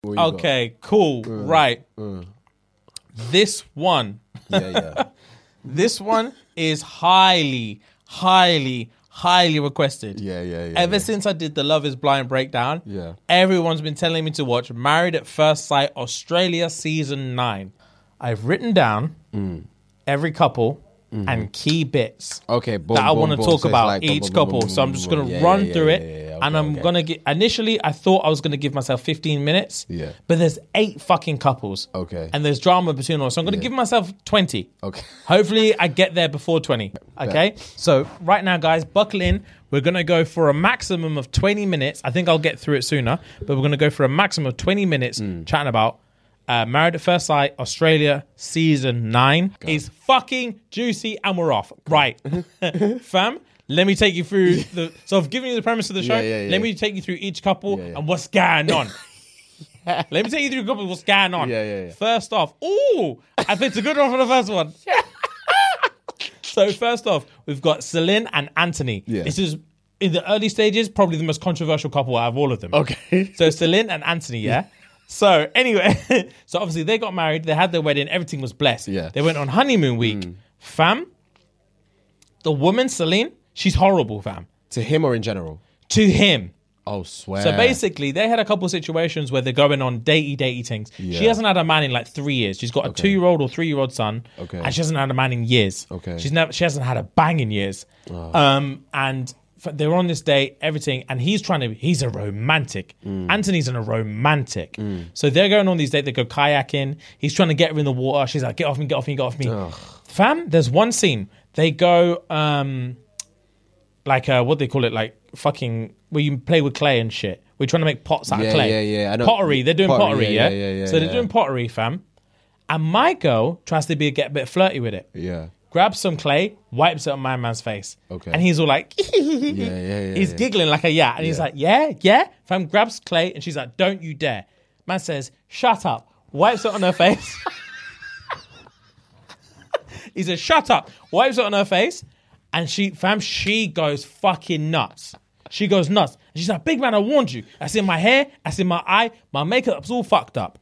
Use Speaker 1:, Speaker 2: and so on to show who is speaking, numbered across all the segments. Speaker 1: What you Mm. got?
Speaker 2: Okay, cool. Right. This one,
Speaker 1: Yeah, yeah.
Speaker 2: this one is highly, highly, highly requested.
Speaker 1: Yeah, yeah, yeah.
Speaker 2: Ever
Speaker 1: yeah.
Speaker 2: since I did the Love is Blind breakdown,
Speaker 1: Yeah.
Speaker 2: everyone's been telling me to watch Married at First Sight Australia season nine. I've written down
Speaker 1: Mm.
Speaker 2: every couple
Speaker 1: Mm-hmm.
Speaker 2: and key bits
Speaker 1: Okay, boom,
Speaker 2: that I
Speaker 1: boom,
Speaker 2: want to
Speaker 1: boom.
Speaker 2: talk
Speaker 1: So it's
Speaker 2: about
Speaker 1: like boom,
Speaker 2: each
Speaker 1: boom, boom,
Speaker 2: couple.
Speaker 1: boom,
Speaker 2: so I'm
Speaker 1: boom,
Speaker 2: just
Speaker 1: boom,
Speaker 2: going to
Speaker 1: boom. Yeah,
Speaker 2: run
Speaker 1: yeah,
Speaker 2: through
Speaker 1: yeah,
Speaker 2: it
Speaker 1: yeah, yeah.
Speaker 2: and
Speaker 1: Okay,
Speaker 2: I'm
Speaker 1: okay.
Speaker 2: going to get. Initially, I thought I was going to give myself 15 minutes,
Speaker 1: Yeah.
Speaker 2: but there's eight fucking couples.
Speaker 1: Okay.
Speaker 2: And there's drama between us. So I'm going to give myself 20.
Speaker 1: Okay.
Speaker 2: Hopefully, I get there before 20. Okay. So, right now, guys, buckle in. We're going to go for a maximum of 20 minutes. I think I'll get through it sooner, but we're going to go for a maximum of 20 minutes
Speaker 1: Hmm.
Speaker 2: chatting about uh, Married at First Sight Australia season nine. Is fucking juicy, and we're off. Right. Fam, let me take you through the. So, I've given you the premise of the show.
Speaker 1: Yeah, yeah, yeah.
Speaker 2: Let me take you through each couple
Speaker 1: Yeah, yeah.
Speaker 2: and what's going on. Let me take you through a couple of what's going on.
Speaker 1: Yeah, yeah, yeah.
Speaker 2: First off, ooh, I think it's a good one for the first one. so first off, we've got Celine and Anthony.
Speaker 1: Yeah.
Speaker 2: This is in the early stages, probably the most controversial couple out of all of them.
Speaker 1: Okay.
Speaker 2: So Celine and Anthony, yeah. So anyway, so obviously they got married, they had their wedding, everything was blessed.
Speaker 1: Yeah. Mm.
Speaker 2: They went on honeymoon week. Fam, the woman Celine, she's horrible, fam.
Speaker 1: to him or in general?
Speaker 2: To him.
Speaker 1: Oh, swear.
Speaker 2: So basically, they had a couple situations where they're going on datey datey things. She
Speaker 1: Yeah.
Speaker 2: hasn't had a man in like three years. She's got a two year old or three year old son,
Speaker 1: Okay.
Speaker 2: and she hasn't had a man in years.
Speaker 1: Okay. Ah.
Speaker 2: she's never she hasn't had a bang in years. Um, and f- they're on this date, everything, and he's trying to. He's a romantic.
Speaker 1: Mm.
Speaker 2: Anthony's in a romantic. So they're going on these dates. They go kayaking. He's trying to get her in the water. She's like, "Get off me! Get off me! Get off me!" Fam, there's one scene. They go. um like uh, what they call it, like fucking where you play with clay and shit. We're trying to make pots out of
Speaker 1: Yeah,
Speaker 2: clay.
Speaker 1: yeah, yeah, I know.
Speaker 2: Pottery. They're doing pottery,
Speaker 1: Pottery,
Speaker 2: yeah?
Speaker 1: yeah, yeah, yeah,
Speaker 2: So they're
Speaker 1: yeah.
Speaker 2: doing pottery, fam. And my girl tries to be get a bit flirty with it.
Speaker 1: Yeah.
Speaker 2: Grabs some clay, wipes it on my man's face.
Speaker 1: Okay.
Speaker 2: And he's all like,
Speaker 1: Yeah, yeah, yeah.
Speaker 2: he's
Speaker 1: yeah.
Speaker 2: giggling like a yeah, and he's
Speaker 1: Yeah.
Speaker 2: like, yeah, yeah. Fam grabs clay and she's like, don't you dare. Man says, shut up. Wipes it on her face. he says, shut up. Wipes it on her face, and she, fam, she goes fucking nuts. She goes nuts. And she's like, big man, I warned you. That's in my hair. That's in my eye. My makeup's all fucked up.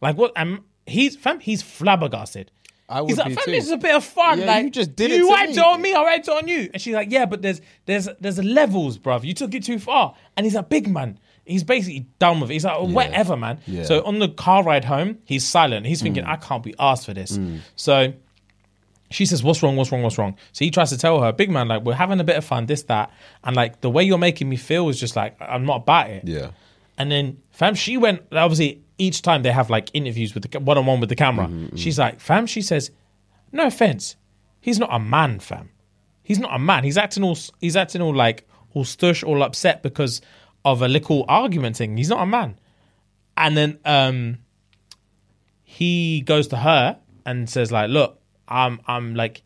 Speaker 2: Like what? And he's fam. He's flabbergasted.
Speaker 1: I would
Speaker 2: he's like,
Speaker 1: be
Speaker 2: fam,
Speaker 1: too.
Speaker 2: this is a bit of fun.
Speaker 1: Yeah,
Speaker 2: like
Speaker 1: you just did it
Speaker 2: You
Speaker 1: to
Speaker 2: wiped
Speaker 1: me.
Speaker 2: it on me. I wiped it on you. And she's like, yeah, but there's there's there's levels, bruv. You took it too far. And he's a big man. He's basically done with it. He's like, oh, whatever, man.
Speaker 1: Yeah. Mm.
Speaker 2: So on the car ride home, he's silent. He's thinking, I can't be asked for this. So she says, "What's wrong? What's wrong? What's wrong?" So he tries to tell her, "Big man, like we're having a bit of fun, this that, and like the way you're making me feel is just like I'm not about it."
Speaker 1: Yeah.
Speaker 2: And then, fam, she went. Obviously, each time they have like interviews with the one on one with the camera. She's like, "Fam," she says, "No offense, he's not a man, fam. He's not a man. He's acting all. He's acting all like all stush, all upset because of a little argument thing. He's not a man." And then um, he goes to her and says, "Like, look, I'm, I'm like,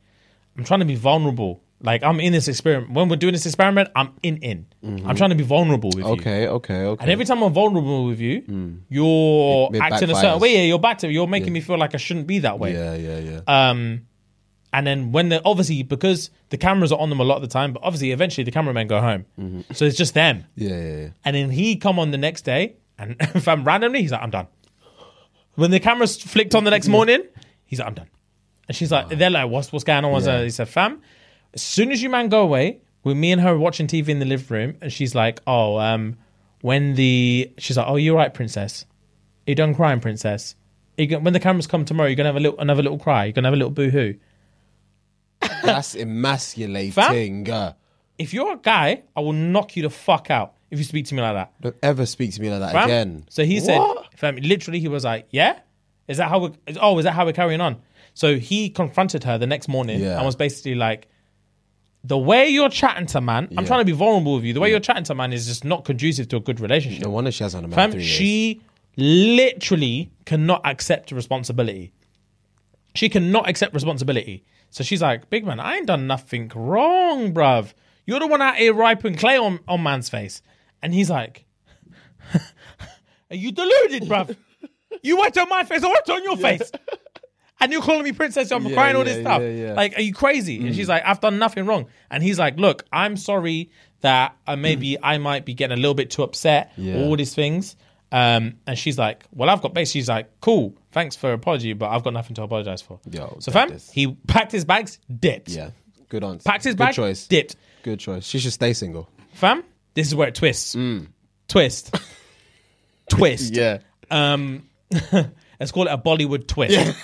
Speaker 2: I'm trying to be vulnerable. Like, I'm in this experiment. When we're doing this experiment, I'm in, in. I'm trying to be vulnerable with you."
Speaker 1: Okay, okay, okay.
Speaker 2: And every time I'm vulnerable with you, you're
Speaker 1: Hmm. It- it
Speaker 2: acting a
Speaker 1: backfires.
Speaker 2: certain way. Yeah, you're back to you're making me feel like I shouldn't be that way.
Speaker 1: yeah, yeah, yeah.
Speaker 2: Uh, And then when they obviously because the cameras are on them a lot of the time, but obviously eventually the cameramen go home,
Speaker 1: Mm-hmm.
Speaker 2: so it's just them.
Speaker 1: yeah, yeah, yeah.
Speaker 2: And then he come on the next day, and if I'm randomly, he's like, I'm done. When the cameras flicked on the next morning, he's like, I'm done. And she's like, they're like, what's what's going on? What's
Speaker 1: Yeah.
Speaker 2: that? He said, fam, as soon as you man go away, with me and her watching TV in the living room, and she's like, oh, um, when the she's like, oh, you're right, princess. You done crying, princess. You go- when the cameras come tomorrow, you're gonna have a little another little cry. You're gonna have a little boo hoo.
Speaker 1: That's emasculating. Uh,
Speaker 2: If you're a guy, I will knock you the fuck out if you speak to me like that.
Speaker 1: Don't ever speak to me like that
Speaker 2: Fam.
Speaker 1: again.
Speaker 2: So he
Speaker 1: What?
Speaker 2: said, fam, literally, he was like, yeah, is that how we? is- Oh, is that how we're carrying on? So he confronted her the next morning
Speaker 1: Yeah.
Speaker 2: and was basically like, the way you're chatting to man, I'm
Speaker 1: Yeah.
Speaker 2: trying to be vulnerable with you. The way you're chatting to man is just not conducive to a good relationship.
Speaker 1: No wonder she hasn't had a man
Speaker 2: Fam,
Speaker 1: in three years.
Speaker 2: she literally cannot accept responsibility. She cannot accept responsibility. So she's like, Big man, I ain't done nothing wrong, bruv. You're the one out here riping clay on, on man's face. And he's like, Are you deluded, bruv? you wiped on my face, I wiped on your face. And you're calling me princess, I'm
Speaker 1: Yeah,
Speaker 2: crying all this
Speaker 1: yeah,
Speaker 2: stuff.
Speaker 1: yeah, yeah.
Speaker 2: Like, are you crazy? And
Speaker 1: Mm.
Speaker 2: she's like, I've done nothing wrong. And he's like, Look, I'm sorry that uh, maybe I might be getting a little bit too upset,
Speaker 1: Mm. Yeah.
Speaker 2: all these things. Um, and she's like, Well, I've got basically, she's like, Cool, thanks for apology, but I've got nothing to apologize for.
Speaker 1: Yo,
Speaker 2: so,
Speaker 1: that
Speaker 2: fam,
Speaker 1: is-
Speaker 2: he packed his bags, dipped.
Speaker 1: Yeah, good answer.
Speaker 2: Packed his
Speaker 1: good
Speaker 2: bag,
Speaker 1: choice.
Speaker 2: dipped.
Speaker 1: Good choice. She should stay single.
Speaker 2: Fam, this is where it twists. Twist. twist.
Speaker 1: Mm. Yeah.
Speaker 2: um, let's call it a Bollywood twist.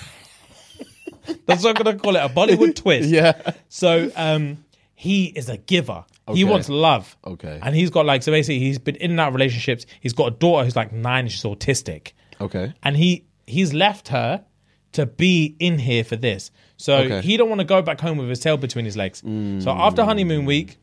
Speaker 2: That's what I'm gonna call it, a Bollywood twist.
Speaker 1: Yeah.
Speaker 2: So um, he is a giver.
Speaker 1: Okay.
Speaker 2: He wants love.
Speaker 1: Okay.
Speaker 2: And he's got like so basically he's been in and out of relationships. He's got a daughter who's like nine. She's autistic,
Speaker 1: Okay.
Speaker 2: and he he's left her to be in here for this. So
Speaker 1: Okay.
Speaker 2: he don't want to go back home with his tail between his legs. So after honeymoon week,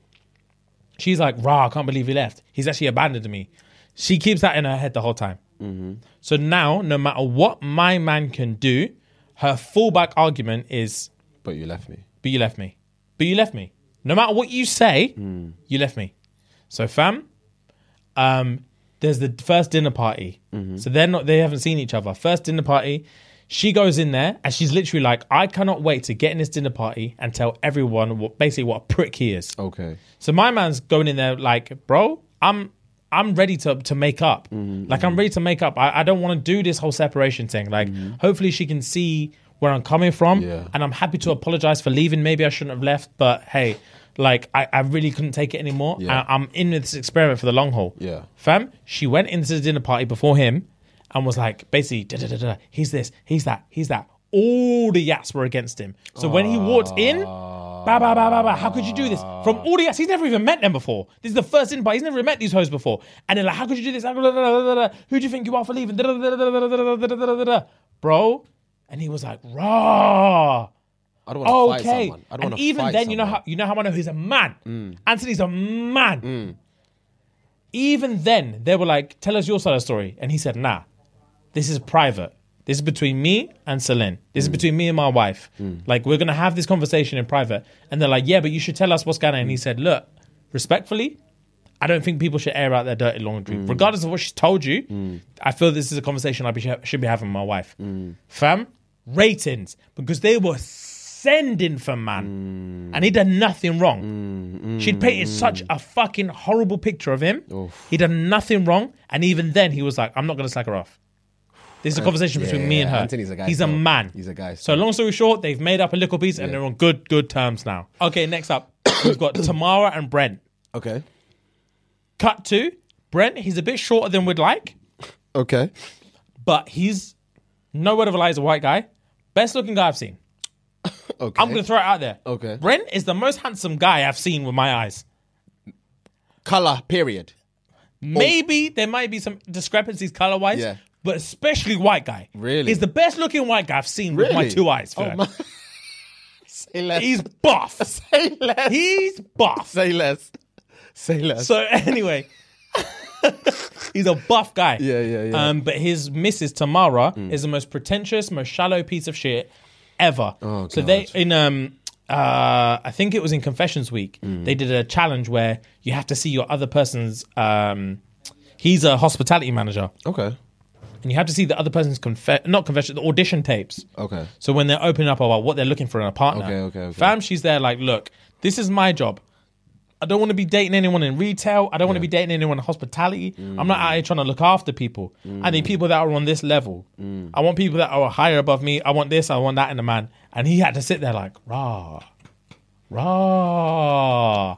Speaker 2: she's like, "Rah, I can't believe he left. He's actually abandoned me." She keeps that in her head the whole time.
Speaker 1: Mm-hmm.
Speaker 2: So now, no matter what my man can do, her fallback argument is,
Speaker 1: But you left me.
Speaker 2: but you left me. But you left me. No matter what you say, you left me. So fam, um, there's the first dinner party. So they're not they haven't seen each other. First dinner party, she goes in there and she's literally like, I cannot wait to get in this dinner party and tell everyone what basically what a prick he is.
Speaker 1: Okay.
Speaker 2: So my man's going in there like, bro, I'm I'm ready to to make up.
Speaker 1: Mm-hmm,
Speaker 2: Like I'm ready to make up. I, I don't want to do this whole separation thing. Like hopefully she can see where I'm coming from.
Speaker 1: Mm-hmm. Yeah.
Speaker 2: And I'm happy to apologize for leaving. Maybe I shouldn't have left, but hey, like I, I really couldn't take it anymore.
Speaker 1: Yeah.
Speaker 2: I, I'm in with this experiment for the long haul.
Speaker 1: Yeah.
Speaker 2: Fam, she went into the dinner party before him and was like, basically, da, da, da, da, he's this, he's that, he's that. All the yats were against him. So when he walked in, ba ba ba ba ba, how could you do this? From all the yats, he's never even met them before. This is the first dinner party, he's never even met these hoes before. And they're like, how could you do this? Da, da, da, da, da, da. Who do you think you are for leaving? Da, da, da, da, da, da, da, da, da, da, da, da. Bro. And he was like, rah.
Speaker 1: I don't want to fight
Speaker 2: Okay.
Speaker 1: someone. I don't
Speaker 2: And
Speaker 1: want to
Speaker 2: even
Speaker 1: fight
Speaker 2: then, you know
Speaker 1: someone. Mm.
Speaker 2: how you know how I know he's a man. Anthony's a man. Even then, they were like, "Tell us your side of the story," and he said, "Nah, this is private. This is between me and Celine. This is
Speaker 1: Mm.
Speaker 2: between me and my wife. Like, we're gonna have this conversation in private." And they're like, "Yeah, but you should tell us what's going on." And he said, "Look, respectfully." I don't think people should air out their dirty laundry,
Speaker 1: Mm.
Speaker 2: regardless of what she's told you. I feel this is a conversation I be, should be having with my wife,
Speaker 1: Mm.
Speaker 2: fam. Ratings because they were sending for
Speaker 1: Mm.
Speaker 2: man, and he done nothing wrong. She'd painted such a fucking horrible picture of him. He'd done nothing wrong. And even then, he was like, I'm not going to slack her off. This is a conversation between me and her.
Speaker 1: Anthony's a guy
Speaker 2: He's a
Speaker 1: still.
Speaker 2: man.
Speaker 1: He's a guy
Speaker 2: So,
Speaker 1: still.
Speaker 2: long story short, they've made up a little piece and they're on good, good terms now. Okay, next up, we've got Tamara and Brent.
Speaker 1: Okay.
Speaker 2: Cut to Brent, he's a bit shorter than we'd like,
Speaker 1: Okay.
Speaker 2: but he's, no word of a lie, he's a white guy. Best looking guy I've seen.
Speaker 1: Okay.
Speaker 2: I'm going to throw it out there.
Speaker 1: Okay. Oh.
Speaker 2: Brent is the most handsome guy I've seen with my eyes.
Speaker 1: color. Period.
Speaker 2: Maybe there might be some discrepancies color wise,
Speaker 1: Yeah.
Speaker 2: but especially white guy.
Speaker 1: Really?
Speaker 2: he's the best looking white guy I've seen with my
Speaker 1: Really? Oh
Speaker 2: two eyes. Ferg.
Speaker 1: Say less.
Speaker 2: He's buff.
Speaker 1: Say less.
Speaker 2: he's buff.
Speaker 1: Say less. Say less.
Speaker 2: So anyway, he's a buff guy.
Speaker 1: Yeah, yeah, yeah. Mm.
Speaker 2: Um, but his Mrs. Tamara is the most pretentious, most shallow piece of shit ever.
Speaker 1: Oh,
Speaker 2: so they
Speaker 1: God.
Speaker 2: in um. Uh, I think it was in Confessions Week.
Speaker 1: Mm.
Speaker 2: They did a challenge where you have to see your other person's. Um, he's a hospitality manager.
Speaker 1: okay.
Speaker 2: and you have to see the other person's confe- not confession, the audition tapes.
Speaker 1: Okay.
Speaker 2: So when they're opening up about what they're looking for in a partner,
Speaker 1: Okay, okay, okay.
Speaker 2: fam, she's there like, look, this is my job. I don't want to be dating anyone in retail. I don't want to be dating anyone in hospitality. I'm not out here trying to look after people. I
Speaker 1: Mm.
Speaker 2: need people that are on this level. I want people that are higher above me. I want this. I want that in a man. And he had to sit there like, rah, rah.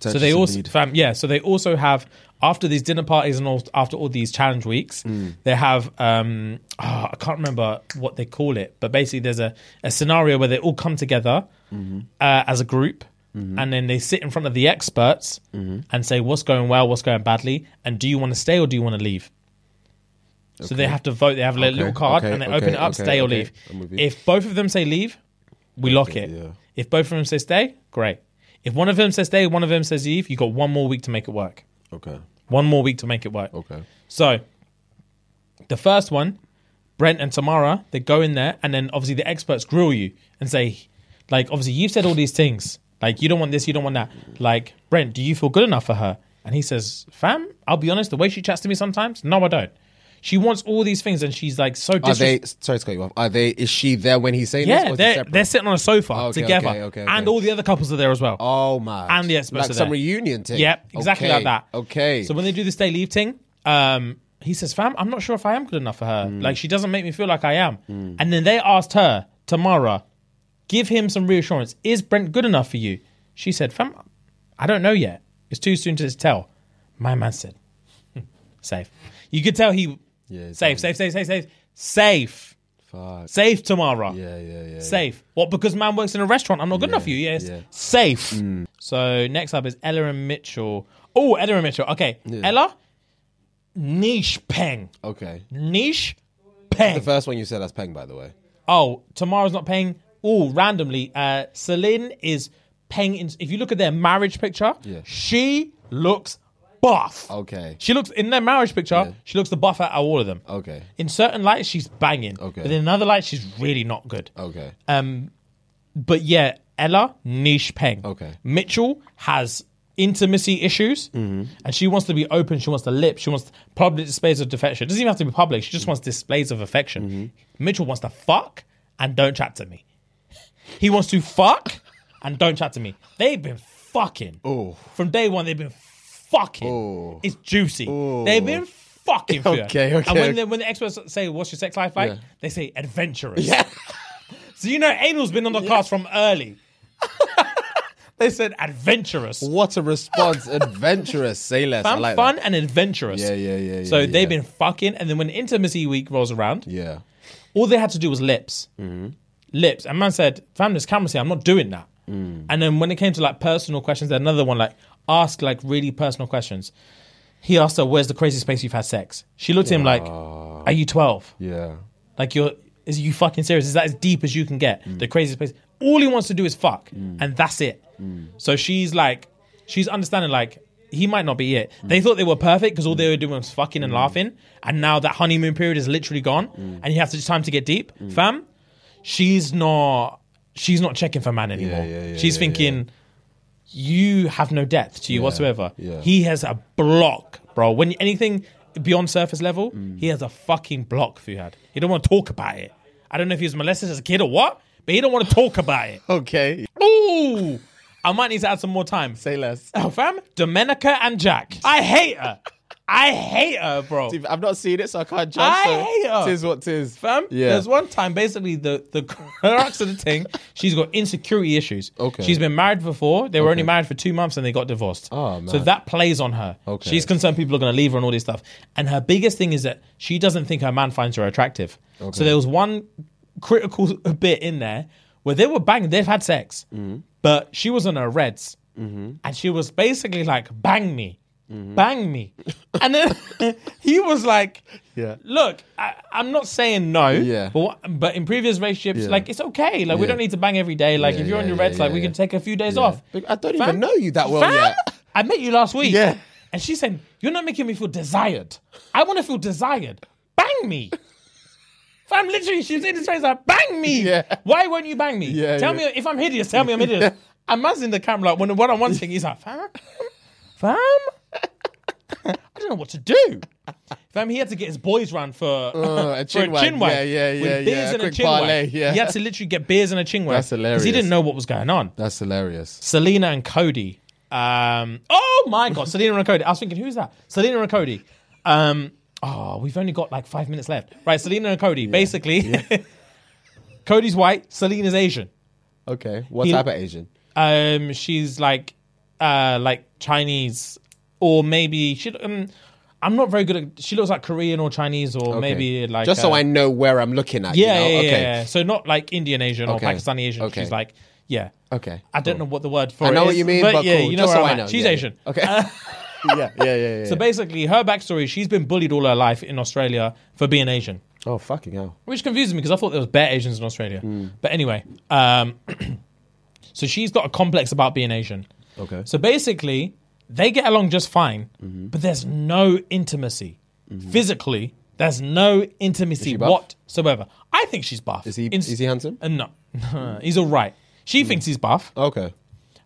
Speaker 2: So they also, fam, yeah. So they also have after these dinner parties and all, after all these challenge weeks,
Speaker 1: Mm.
Speaker 2: they have um, ah, I can't remember what they call it, but basically there's a, a scenario where they all come together
Speaker 1: Mm-hmm.
Speaker 2: uh, as a group, and then they sit in front of the experts
Speaker 1: Mm-hmm.
Speaker 2: and say what's going well, what's going badly, and do you want to stay or do you want to leave. So they have to vote. They have a little
Speaker 1: Okay,
Speaker 2: card
Speaker 1: okay,
Speaker 2: and they
Speaker 1: okay,
Speaker 2: open it up,
Speaker 1: okay,
Speaker 2: stay or
Speaker 1: okay.
Speaker 2: leave.
Speaker 1: I'm with you.
Speaker 2: If both of them say leave, we lock it.
Speaker 1: yeah.
Speaker 2: If both of them say stay, great. If one of them says stay, one of them says leave, you got one more week to make it work.
Speaker 3: Okay.
Speaker 2: One more week to make it work.
Speaker 3: Okay.
Speaker 2: So, the first one, Brent and Tamara, they go in there, and then obviously the experts grill you and say, like, obviously you've said all these things, like you don't want this, you don't want that. Like, Brent, do you feel good enough for her? And he says, fam, I'll be honest, the way she chats to me sometimes, no, I don't. She wants all these things, and she's like so
Speaker 1: Are
Speaker 2: disrespectful.
Speaker 1: they? Sorry to cut you off. Are they? Is she there when he's saying this?
Speaker 2: Yeah,
Speaker 1: or is it
Speaker 2: they're,
Speaker 1: separate?
Speaker 2: they're sitting on a sofa
Speaker 1: okay,
Speaker 2: together,
Speaker 1: okay, okay,
Speaker 2: and
Speaker 1: okay.
Speaker 2: all the other couples are there as well.
Speaker 1: Oh my!
Speaker 2: And the experts
Speaker 1: like
Speaker 2: are
Speaker 1: some
Speaker 2: there.
Speaker 1: reunion thing.
Speaker 2: Yep, exactly like
Speaker 1: Okay,
Speaker 2: that.
Speaker 1: Okay.
Speaker 2: So when they do this day leave thing, um, he says, "Fam, I'm not sure if I am good enough for her.
Speaker 1: Mm.
Speaker 2: Like she doesn't make me feel like I am." And then they asked her, Tamara, give him some reassurance. Is Brent good enough for you? She said, "Fam, I don't know yet. It's too soon to tell." My man said, "Hmm, "Safe." You could tell he
Speaker 3: Yeah, it's
Speaker 2: safe, safe, safe, safe, safe, safe,
Speaker 3: Fuck.
Speaker 2: safe, Tamara.
Speaker 3: Yeah, yeah, yeah.
Speaker 2: Safe. What? Because man works in a restaurant. I'm not good enough for you. Yes.
Speaker 3: yeah. Mm.
Speaker 2: Safe. So next up is Ella and Mitchell. Oh, Ella and Mitchell. Okay. Ella, niche peng.
Speaker 3: Okay.
Speaker 2: Niche
Speaker 3: The
Speaker 2: peng.
Speaker 3: first one you said that's Peng, by the way.
Speaker 2: Oh, tomorrow's not paying. Oh, randomly. Uh, Celine is paying. In, if you look at their marriage picture,
Speaker 3: Yeah.
Speaker 2: she looks buff.
Speaker 3: Okay.
Speaker 2: She looks in their marriage picture. She looks the buff out of all of them.
Speaker 3: Okay.
Speaker 2: In certain lights, she's banging.
Speaker 3: Okay.
Speaker 2: But in another light, she's really not good.
Speaker 3: Okay.
Speaker 2: Uh, But yeah, Ella niche Peng.
Speaker 3: Okay.
Speaker 2: Mitchell has intimacy issues,
Speaker 3: Mm-hmm.
Speaker 2: and she wants to be open. She wants to lip. She wants public displays of affection. It doesn't even have to be public. She just wants displays of affection.
Speaker 3: Mm-hmm.
Speaker 2: Mitchell wants to fuck and don't chat to me. He wants to fuck and don't chat to me. They've been fucking. From day one, they've been fucking. It's juicy. They've been fucking. for you.
Speaker 3: Okay, okay.
Speaker 2: And when the, when the experts say, "What's your sex life like?"
Speaker 3: Yeah.
Speaker 2: They say adventurous. So you know, anal's been on the cast from early. they said adventurous.
Speaker 3: what a response. Adventurous. Say less. I
Speaker 2: Fun,
Speaker 3: like
Speaker 2: fun
Speaker 3: that.
Speaker 2: and adventurous.
Speaker 3: Yeah, yeah, yeah,
Speaker 2: So
Speaker 3: yeah,
Speaker 2: they've
Speaker 3: yeah.
Speaker 2: been fucking, and then when intimacy week rolls around,
Speaker 3: Yeah. Mm-hmm.
Speaker 2: all they had to do was lips, lips. And man said, "Fam, this camera's here. I'm not doing that."
Speaker 3: Mm.
Speaker 2: And then when it came to like personal questions, there's another one like ask like really personal questions. He asked her, "Where's the craziest place you've had sex?" She looked at him like, "Are you 12?"
Speaker 3: Yeah.
Speaker 2: Like you're is you fucking serious? Is that as deep as you can get?
Speaker 3: Mm.
Speaker 2: The craziest place. All he wants to do is fuck, and that's it.
Speaker 3: Mm.
Speaker 2: So she's like, she's understanding like he might not be it.
Speaker 3: Mm.
Speaker 2: They thought they were perfect because all they were doing was fucking and laughing, and now that honeymoon period is literally gone,
Speaker 3: Mm.
Speaker 2: and you have to time to get deep, fam. She's not. She's not checking for man anymore.
Speaker 3: yeah, yeah,
Speaker 2: she's
Speaker 3: yeah,
Speaker 2: thinking you have no depth to you whatsoever.
Speaker 3: yeah.
Speaker 2: He has a block, bro. When anything beyond surface level, he has a fucking block for you. Had he don't want to talk about it. I don't know if he was molested as a kid or what, but he don't want to talk about it.
Speaker 1: okay.
Speaker 2: Ooh, I might need to add some more time.
Speaker 1: Say less.
Speaker 2: Oh, fam, Domenica and Jack. I hate her. I hate her, bro.
Speaker 1: I've not seen it, so I can't judge.
Speaker 2: I
Speaker 1: so
Speaker 2: hate her.
Speaker 1: Tis what tis.
Speaker 2: fam.
Speaker 3: Yeah.
Speaker 2: There's one time, basically, the the crux of the thing, she's got insecurity issues.
Speaker 3: Okay.
Speaker 2: She's been married before. They were only married for two months and they got divorced.
Speaker 3: Oh, man.
Speaker 2: So that plays on her.
Speaker 3: Okay.
Speaker 2: She's concerned people are going to leave her and all this stuff. And her biggest thing is that she doesn't think her man finds her attractive. So there was one critical bit in there where they were banging. They've had sex,
Speaker 3: Mm-hmm.
Speaker 2: but she was on her reds, and she was basically like, "Bang me."
Speaker 3: Mm-hmm.
Speaker 2: Bang me, and then he was like,
Speaker 3: Yeah.
Speaker 2: look, I, I'm not saying no.
Speaker 3: Yeah.
Speaker 2: But what- but in previous relationships,
Speaker 3: Yeah.
Speaker 2: like it's okay. Like we
Speaker 3: Yeah.
Speaker 2: don't need to bang every day. Like
Speaker 3: Yeah,
Speaker 2: if you're on
Speaker 3: yeah,
Speaker 2: your
Speaker 3: yeah,
Speaker 2: reds, like
Speaker 3: yeah,
Speaker 2: we
Speaker 3: yeah.
Speaker 2: can take a few days off.
Speaker 3: I don't
Speaker 2: Fam-
Speaker 3: even know you that well
Speaker 2: Fam,
Speaker 3: yet.
Speaker 2: I met you last week.
Speaker 3: Yeah.
Speaker 2: And she said, "You're not making me feel desired. I want to feel desired. Bang me." Fam, literally, she's in his face like, "Bang me!
Speaker 3: Yeah.
Speaker 2: Why won't you bang me?
Speaker 3: Yeah,
Speaker 2: tell
Speaker 3: yeah.
Speaker 2: me if I'm hideous. Tell me I'm hideous." And man's in the camera like, when the one-on-one thing, he's like, "Fam, fam, I don't know what to do." Fam, he had to get his boys round for,
Speaker 3: Uh, a
Speaker 2: for
Speaker 3: chin wag. Yeah, yeah,
Speaker 2: with
Speaker 3: yeah,
Speaker 2: beers
Speaker 3: yeah. A
Speaker 2: and a
Speaker 3: quick
Speaker 2: chin wag.
Speaker 3: parlay, yeah.
Speaker 2: He had to literally get beers and a chin wag.
Speaker 3: That's
Speaker 2: 'cause He
Speaker 3: hilarious.
Speaker 2: didn't know what was going on.
Speaker 3: That's hilarious.
Speaker 2: Selena and Cody. Um, oh my god, Selena and Cody. I was thinking, who's that? Selena and Cody. Um, oh, we've only got like five minutes left. Right, Selena and Cody. Basically, Cody's white, Selena's Asian.
Speaker 3: Okay. What
Speaker 2: He-
Speaker 3: type of Asian?
Speaker 2: Um, she's like, uh, like Chinese, or maybe she. Um, I'm not very good at. She looks like Korean or Chinese, or
Speaker 3: Okay.
Speaker 2: maybe like
Speaker 3: Just so
Speaker 2: uh,
Speaker 3: I know where I'm looking at.
Speaker 2: Yeah,
Speaker 3: you know?
Speaker 2: yeah, yeah,
Speaker 3: okay.
Speaker 2: yeah. So not like Indian Asian
Speaker 3: Okay.
Speaker 2: or Pakistani Asian.
Speaker 3: Okay.
Speaker 2: She's like, yeah.
Speaker 3: Okay.
Speaker 2: I don't know what the word for
Speaker 3: I
Speaker 2: it
Speaker 3: know what
Speaker 2: is,
Speaker 3: you mean, but,
Speaker 2: yeah,
Speaker 3: cool.
Speaker 2: you know
Speaker 3: Just
Speaker 2: where
Speaker 3: so
Speaker 2: I'm
Speaker 3: I know.
Speaker 2: at. She's
Speaker 3: Yeah, yeah.
Speaker 2: Asian.
Speaker 3: Okay. yeah, yeah, yeah, yeah.
Speaker 2: So basically, her backstory: she's been bullied all her life in Australia for being Asian,
Speaker 3: oh fucking hell. Hmm.
Speaker 2: which confuses me because I thought there was bare Asians in Australia. But anyway, um, So she's got a complex about being Asian.
Speaker 3: Okay.
Speaker 2: So basically, they get along just fine,
Speaker 3: Mm-hmm.
Speaker 2: but there's no intimacy. Physically, there's no intimacy
Speaker 3: buff?
Speaker 2: whatsoever. I think she's buff.
Speaker 3: Is he- is he Hmm. handsome?
Speaker 2: Uh, no. he's all right. She thinks he's buff
Speaker 3: Okay.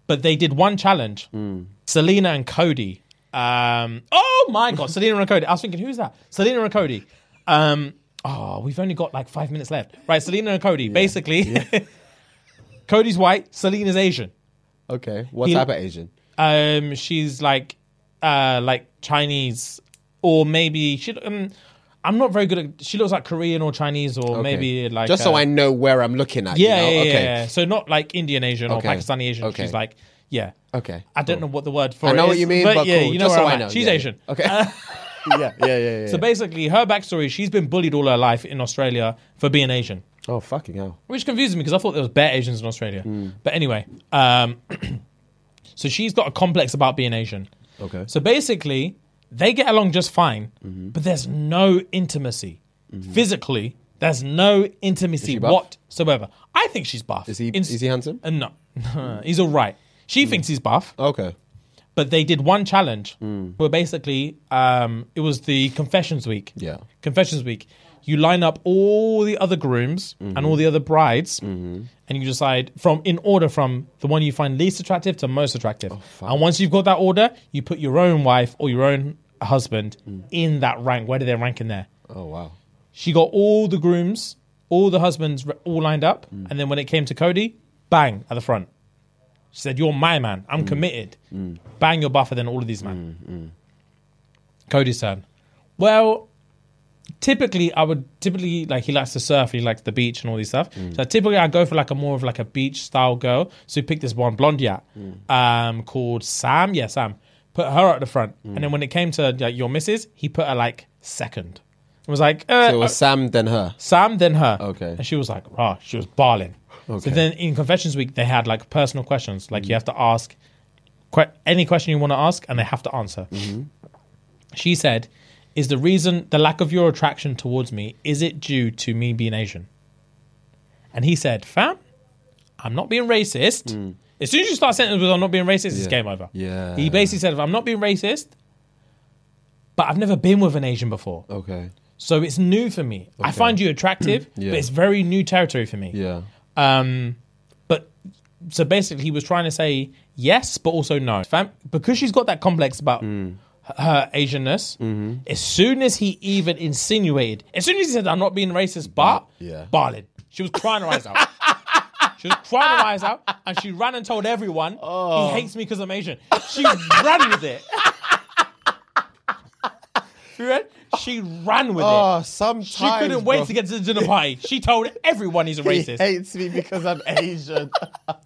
Speaker 2: but they did one challenge.
Speaker 3: Hmm.
Speaker 2: Selena and Cody. Um, oh my god, Selena and Cody. I was thinking, who's that? Selena and Cody. Um, oh, we've only got like five minutes left. Right, Selena and Cody. Basically, Cody's white, Selena's Asian.
Speaker 3: Okay. What
Speaker 2: He-
Speaker 3: type of Asian?
Speaker 2: Um, she's like, uh, like Chinese, or maybe she. Um, I'm not very good at. She looks like Korean or Chinese, or
Speaker 3: Okay.
Speaker 2: maybe like
Speaker 3: Just so
Speaker 2: uh,
Speaker 3: I know where I'm looking at.
Speaker 2: yeah,
Speaker 3: you know?
Speaker 2: yeah,
Speaker 3: okay.
Speaker 2: yeah. So not like Indian Asian
Speaker 3: Okay.
Speaker 2: or Pakistani Asian.
Speaker 3: Okay.
Speaker 2: She's like, yeah.
Speaker 3: Okay.
Speaker 2: I don't know what the word for
Speaker 3: I
Speaker 2: it
Speaker 3: know what
Speaker 2: is,
Speaker 3: you mean, but,
Speaker 2: yeah,
Speaker 3: cool.
Speaker 2: you know
Speaker 3: Just
Speaker 2: where
Speaker 3: so
Speaker 2: I'm
Speaker 3: I know.
Speaker 2: at. She's
Speaker 3: Yeah, yeah.
Speaker 2: Asian.
Speaker 3: Okay. yeah, yeah, yeah, yeah.
Speaker 2: So basically, her backstory: she's been bullied all her life in Australia for being Asian,
Speaker 3: oh fucking hell.
Speaker 2: which confuses me because I thought there was bare Asians in Australia.
Speaker 3: Hmm.
Speaker 2: But anyway, um, so she's got a complex about being Asian.
Speaker 3: Okay.
Speaker 2: So basically, they get along just fine,
Speaker 3: Mm-hmm.
Speaker 2: but there's no intimacy physically. There's no intimacy
Speaker 3: buff?
Speaker 2: whatsoever. I think she's buff.
Speaker 3: Is he-
Speaker 2: In-
Speaker 3: is he Hmm. handsome?
Speaker 2: Uh, no, he's all right. She thinks he's buff
Speaker 3: Okay.
Speaker 2: but they did one challenge where basically um, it was the confessions week.
Speaker 3: Yeah.
Speaker 2: Confessions week. You line up all the other grooms and all the other brides, and you decide from in order from the one you find least attractive to most attractive. and once you've got that order, you put your own wife or your own husband in that rank. Where do they rank in there?
Speaker 3: Oh wow.
Speaker 2: She got all the grooms, all the husbands re- all lined up. And then when it came to Cody, bang, at the front. She said, You're my man.
Speaker 3: Mm.
Speaker 2: I'm committed. Bang, you're buffer than all of these men. Cody's turn. Well, typically, I would typically, like, he likes to surf, he likes the beach and all these stuff.
Speaker 3: Mm.
Speaker 2: So typically, I go for like a more of like a beach style girl. So he picked this one blonde yacht
Speaker 3: Mm.
Speaker 2: um, called Sam. Yeah, Sam. Put her at the front.
Speaker 3: Mm.
Speaker 2: And then when it came to like, your missus, he put her like second. It was like, uh,
Speaker 3: So it was Sam then her.
Speaker 2: Sam, then her.
Speaker 3: Okay.
Speaker 2: And she was like, rah, she was barling. So
Speaker 3: Okay. Mm.
Speaker 2: then in Confessions Week, they had like personal questions. Like you have to ask que- any question you want to ask and they have to answer.
Speaker 3: Mm-hmm.
Speaker 2: She said, Is the reason the lack of your attraction towards me, is it due to me being Asian? And he said, Fam, I'm not being racist. As soon as you start sentences with I'm not being racist, it's
Speaker 3: Mm. Yeah.
Speaker 2: game over.
Speaker 3: Yeah.
Speaker 2: He basically said, I'm not being racist, but I've never been with an Asian before.
Speaker 3: Okay.
Speaker 2: So it's new for me. I find you attractive,
Speaker 3: Yeah.
Speaker 2: but it's very new territory for me.
Speaker 3: Yeah.
Speaker 2: But so basically, he was trying to say yes, but also no. Fam- because she's got that complex about
Speaker 3: Mm.
Speaker 2: h- her Asianness.
Speaker 3: Mm-hmm.
Speaker 2: As soon as he even insinuated, as soon as he said, "I'm not being racist," but
Speaker 3: Yeah.
Speaker 2: Barlin, she was crying her eyes out. She was crying her eyes out, and she ran and told everyone,
Speaker 3: Oh.
Speaker 2: "He hates me because I'm Asian." She ran with it. You read? She ran with it.
Speaker 3: Oh, sometimes
Speaker 2: She couldn't wait
Speaker 3: bro.
Speaker 2: to get to the dinner party. She told everyone he's a
Speaker 3: He
Speaker 2: racist.
Speaker 3: hates me because I'm Asian.
Speaker 2: I'm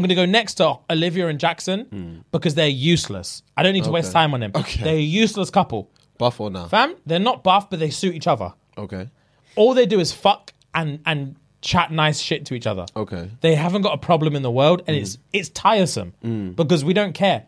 Speaker 2: going to go next to Olivia and Jackson
Speaker 3: Hmm.
Speaker 2: because they're useless. I don't need to waste time on them. They're a useless couple.
Speaker 3: Buff or nah?
Speaker 2: Fam, they're not buff, but they suit each other.
Speaker 3: Okay.
Speaker 2: All they do is fuck and and chat nice shit to each other.
Speaker 3: Okay. Hmm.
Speaker 2: They haven't got a problem in the world, and it's it's tiresome because we don't care.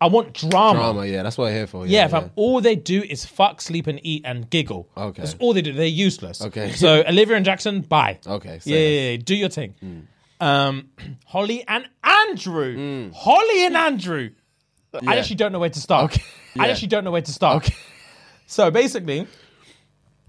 Speaker 2: I want drama.
Speaker 3: Drama, yeah, that's what I'm here for.
Speaker 2: Yeah, fam. All they do is fuck, sleep, and eat and giggle.
Speaker 3: Okay.
Speaker 2: That's all they do. They're useless.
Speaker 3: Okay.
Speaker 2: So Olivia and Jackson, bye.
Speaker 3: Okay, Hmm.
Speaker 2: Yeah,
Speaker 3: fair
Speaker 2: yeah, yeah, do your thing. Um, Holly and Andrew. Holly and Andrew. I
Speaker 3: Hmm. Yeah.
Speaker 2: actually don't know where to start.
Speaker 3: Okay.
Speaker 2: I
Speaker 3: Yeah.
Speaker 2: actually don't know where to start.
Speaker 3: Okay.
Speaker 2: So basically,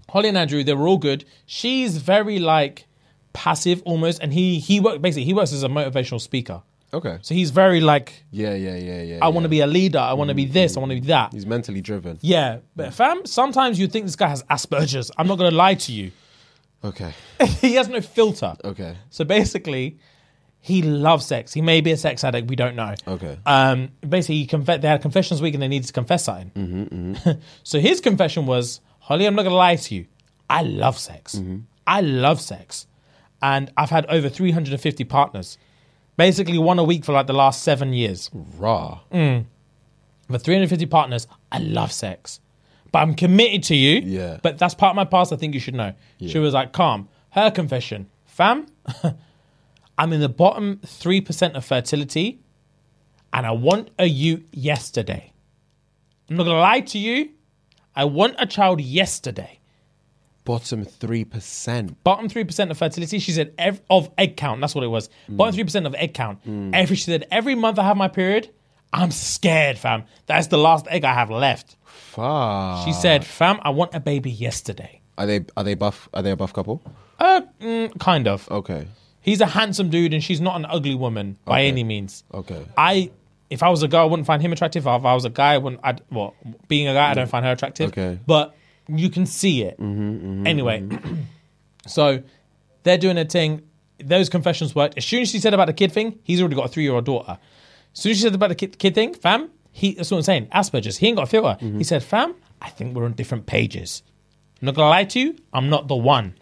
Speaker 2: Holly and Andrew, they were all good. She's very like passive almost, and he he work basically he works as a motivational speaker.
Speaker 3: Okay.
Speaker 2: So he's very like,
Speaker 3: Yeah, yeah, yeah, yeah. Hmm.
Speaker 2: I want to be a leader. I want to be this. I want to be that.
Speaker 3: He's mentally driven.
Speaker 2: Yeah, but fam, sometimes you think this guy has Asperger's. I'm not gonna lie to you.
Speaker 3: Okay.
Speaker 2: he has no filter.
Speaker 3: Okay.
Speaker 2: So basically, he loves sex. He may be a sex addict. We don't know.
Speaker 3: Okay.
Speaker 2: Um. Basically, he confe- they had confessions week and they needed to confess something. so his confession was, Holly, I'm not gonna lie to you. I love sex. I love sex, and I've had over 350 partners, basically one a week for like the last seven years.
Speaker 3: Raw.
Speaker 2: mm. For 350 partners, I love sex. But I'm committed to you.
Speaker 3: Yeah.
Speaker 2: But that's part of my past. I think you should know. She was like, calm. Her confession, fam, I'm in the bottom 3% of fertility and I want a you yesterday. I'm not going to lie to you. I want a child yesterday.
Speaker 3: bottom three percent.
Speaker 2: bottom 3% of fertility she said ev- of egg count that's what it was bottom 3% of egg count every she said every month i have my period i'm scared fam that's the last egg i have left
Speaker 3: Fuck.
Speaker 2: she said fam i want a baby yesterday
Speaker 3: Are they are they buff? Are they a buff couple?
Speaker 2: uh mm, kind of
Speaker 3: Okay.
Speaker 2: he's a handsome dude and she's not an ugly woman by any means
Speaker 3: Okay.
Speaker 2: i if i was a girl i wouldn't find him attractive if i was a guy i wouldn't i well being a guy i don't find her attractive
Speaker 3: Okay. Mm-hmm,
Speaker 2: but you can see it anyway so they're doing a thing those confessions worked as soon as she said about the kid thing he's already got a three-year-old daughter as soon as she said about the kid, kid thing fam he that's what i'm saying asperger's he ain't got a filter
Speaker 3: Mm-hmm.
Speaker 2: he said fam i think we're on different pages I'm not gonna lie to you, I'm not the one.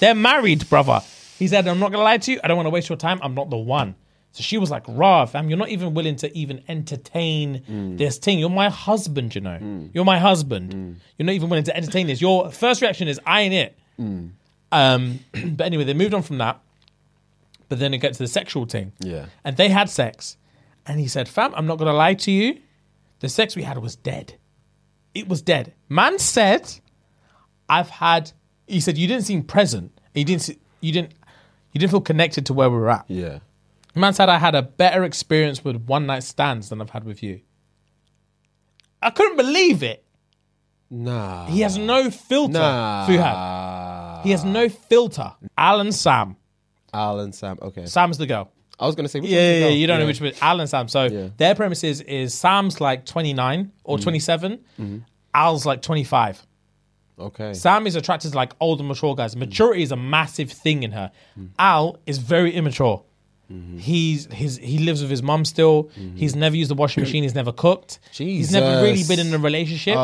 Speaker 2: They're married, brother. He said, I'm not gonna lie to you, I don't wanna waste your time, I'm not the one. So she was like, Rah, fam, you're not even willing to even entertain this thing. You're my husband, you know. You're my husband. You're not even willing to entertain this. Your first reaction is, I ain't it. Um, but anyway, they moved on from that. But then it gets to the sexual thing.
Speaker 3: Yeah.
Speaker 2: And they had sex. And he said, fam, I'm not gonna lie to you. The sex we had was dead. It was dead. Man said, I've had. He said you didn't seem present. You didn't. se- You didn't. You didn't feel connected to where we were at.
Speaker 3: Yeah.
Speaker 2: Man said I had a better experience with one night stands than I've had with you. I couldn't believe it.
Speaker 3: Nah.
Speaker 2: He has no filter.
Speaker 3: Nah.
Speaker 2: Fuhad. He has no filter. Alan Sam.
Speaker 3: Alan Sam. Okay.
Speaker 2: Sam's the girl.
Speaker 3: I was gonna say. Which
Speaker 2: Yeah,
Speaker 3: one's
Speaker 2: yeah,
Speaker 3: the
Speaker 2: yeah,
Speaker 3: girl?
Speaker 2: you don't know which one. Alan Sam. So
Speaker 3: Yeah. Mm.
Speaker 2: their premise is, is Sam's like 29 or 27.
Speaker 3: Mm-hmm.
Speaker 2: Al's like 25.
Speaker 3: Okay.
Speaker 2: Sam is attracted to like older, mature
Speaker 3: Mm.
Speaker 2: guys. Maturity is a massive thing in her. Al is very immature.
Speaker 3: Mm-hmm.
Speaker 2: He's his he lives with his mum still. He's never used the washing machine. He's never cooked. He's never really
Speaker 3: Jesus.
Speaker 2: been in a relationship.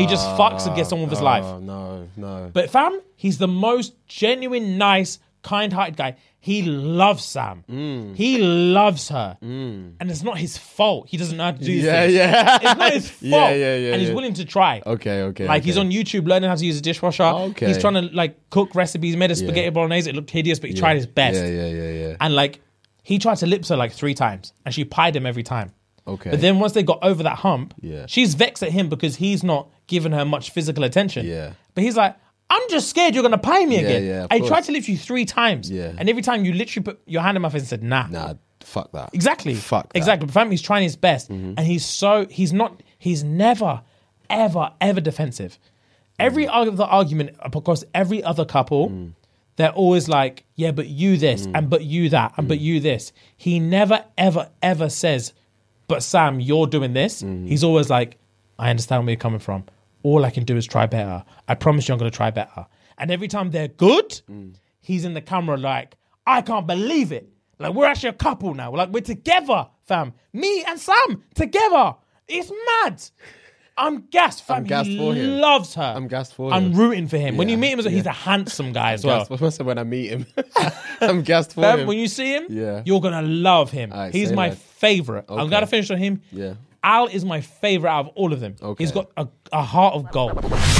Speaker 2: he just fucks and gets on with his
Speaker 3: Uh, Oh
Speaker 2: life.
Speaker 3: no, no.
Speaker 2: But fam, he's the most genuine, nice, kind-hearted guy. He loves Sam.
Speaker 3: Mm.
Speaker 2: He loves her, and it's not his fault. He doesn't know how to do these
Speaker 3: Yeah,
Speaker 2: things.
Speaker 3: yeah.
Speaker 2: It's not his fault.
Speaker 3: Yeah, yeah, yeah,
Speaker 2: And he's
Speaker 3: yeah.
Speaker 2: willing to try.
Speaker 3: Okay, okay.
Speaker 2: Like he's
Speaker 3: okay.
Speaker 2: on YouTube learning how to use a dishwasher.
Speaker 3: Okay.
Speaker 2: He's trying to like cook recipes. He made a spaghetti bolognese. It looked hideous, but he tried his best.
Speaker 3: Yeah, yeah, yeah, yeah.
Speaker 2: And like he tried to lips her like three times, and she pied him every time.
Speaker 3: Okay.
Speaker 2: But then once they got over that hump,
Speaker 3: Yeah.
Speaker 2: she's vexed at him because he's not giving her much physical attention.
Speaker 3: Yeah.
Speaker 2: But he's like, I'm just scared you're gonna pie me again.
Speaker 3: yeah, of
Speaker 2: I
Speaker 3: course.
Speaker 2: tried to lips you three times.
Speaker 3: Yeah.
Speaker 2: And every time you literally put your hand in my face and said, nah.
Speaker 3: Nah, fuck that.
Speaker 2: Exactly.
Speaker 3: Fuck. That. Mm-hmm.
Speaker 2: Exactly. But fam, he's trying his best, and he's so he's not he's never ever ever defensive. Every
Speaker 3: Mm.
Speaker 2: other argument across every other couple, they're always like, "Yeah, but you this,
Speaker 3: Mm.
Speaker 2: and but you that, and but you this." He never ever ever says, "But Sam, you're doing this."
Speaker 3: Mm-hmm.
Speaker 2: He's always like, "I understand where you're coming from. All I can do is try better. I promise you, I'm going to try better." And every time they're good,
Speaker 3: Mm.
Speaker 2: he's in the camera like, I can't believe it. Like we're actually a couple now. Like we're together, fam. Me and Sam together. It's mad. I'm gassed, fam.
Speaker 3: I'm gassed
Speaker 2: he
Speaker 3: for him.
Speaker 2: loves her.
Speaker 3: I'm gassed for
Speaker 2: I'm
Speaker 3: him.
Speaker 2: rooting for him. When you
Speaker 3: Yeah,
Speaker 2: meet him, as well, he's a handsome guy as well.
Speaker 3: Gassed for myself when I meet him. I'm gassed for
Speaker 2: Fam,
Speaker 3: him.
Speaker 2: when you see him,
Speaker 3: Yeah.
Speaker 2: you're gonna love him.
Speaker 3: Alright,
Speaker 2: he's
Speaker 3: say
Speaker 2: my
Speaker 3: less.
Speaker 2: favorite. I'm gonna finish on him.
Speaker 3: Yeah.
Speaker 2: Al is my favorite out of all of them. He's
Speaker 3: Okay.
Speaker 2: got a, a heart of gold.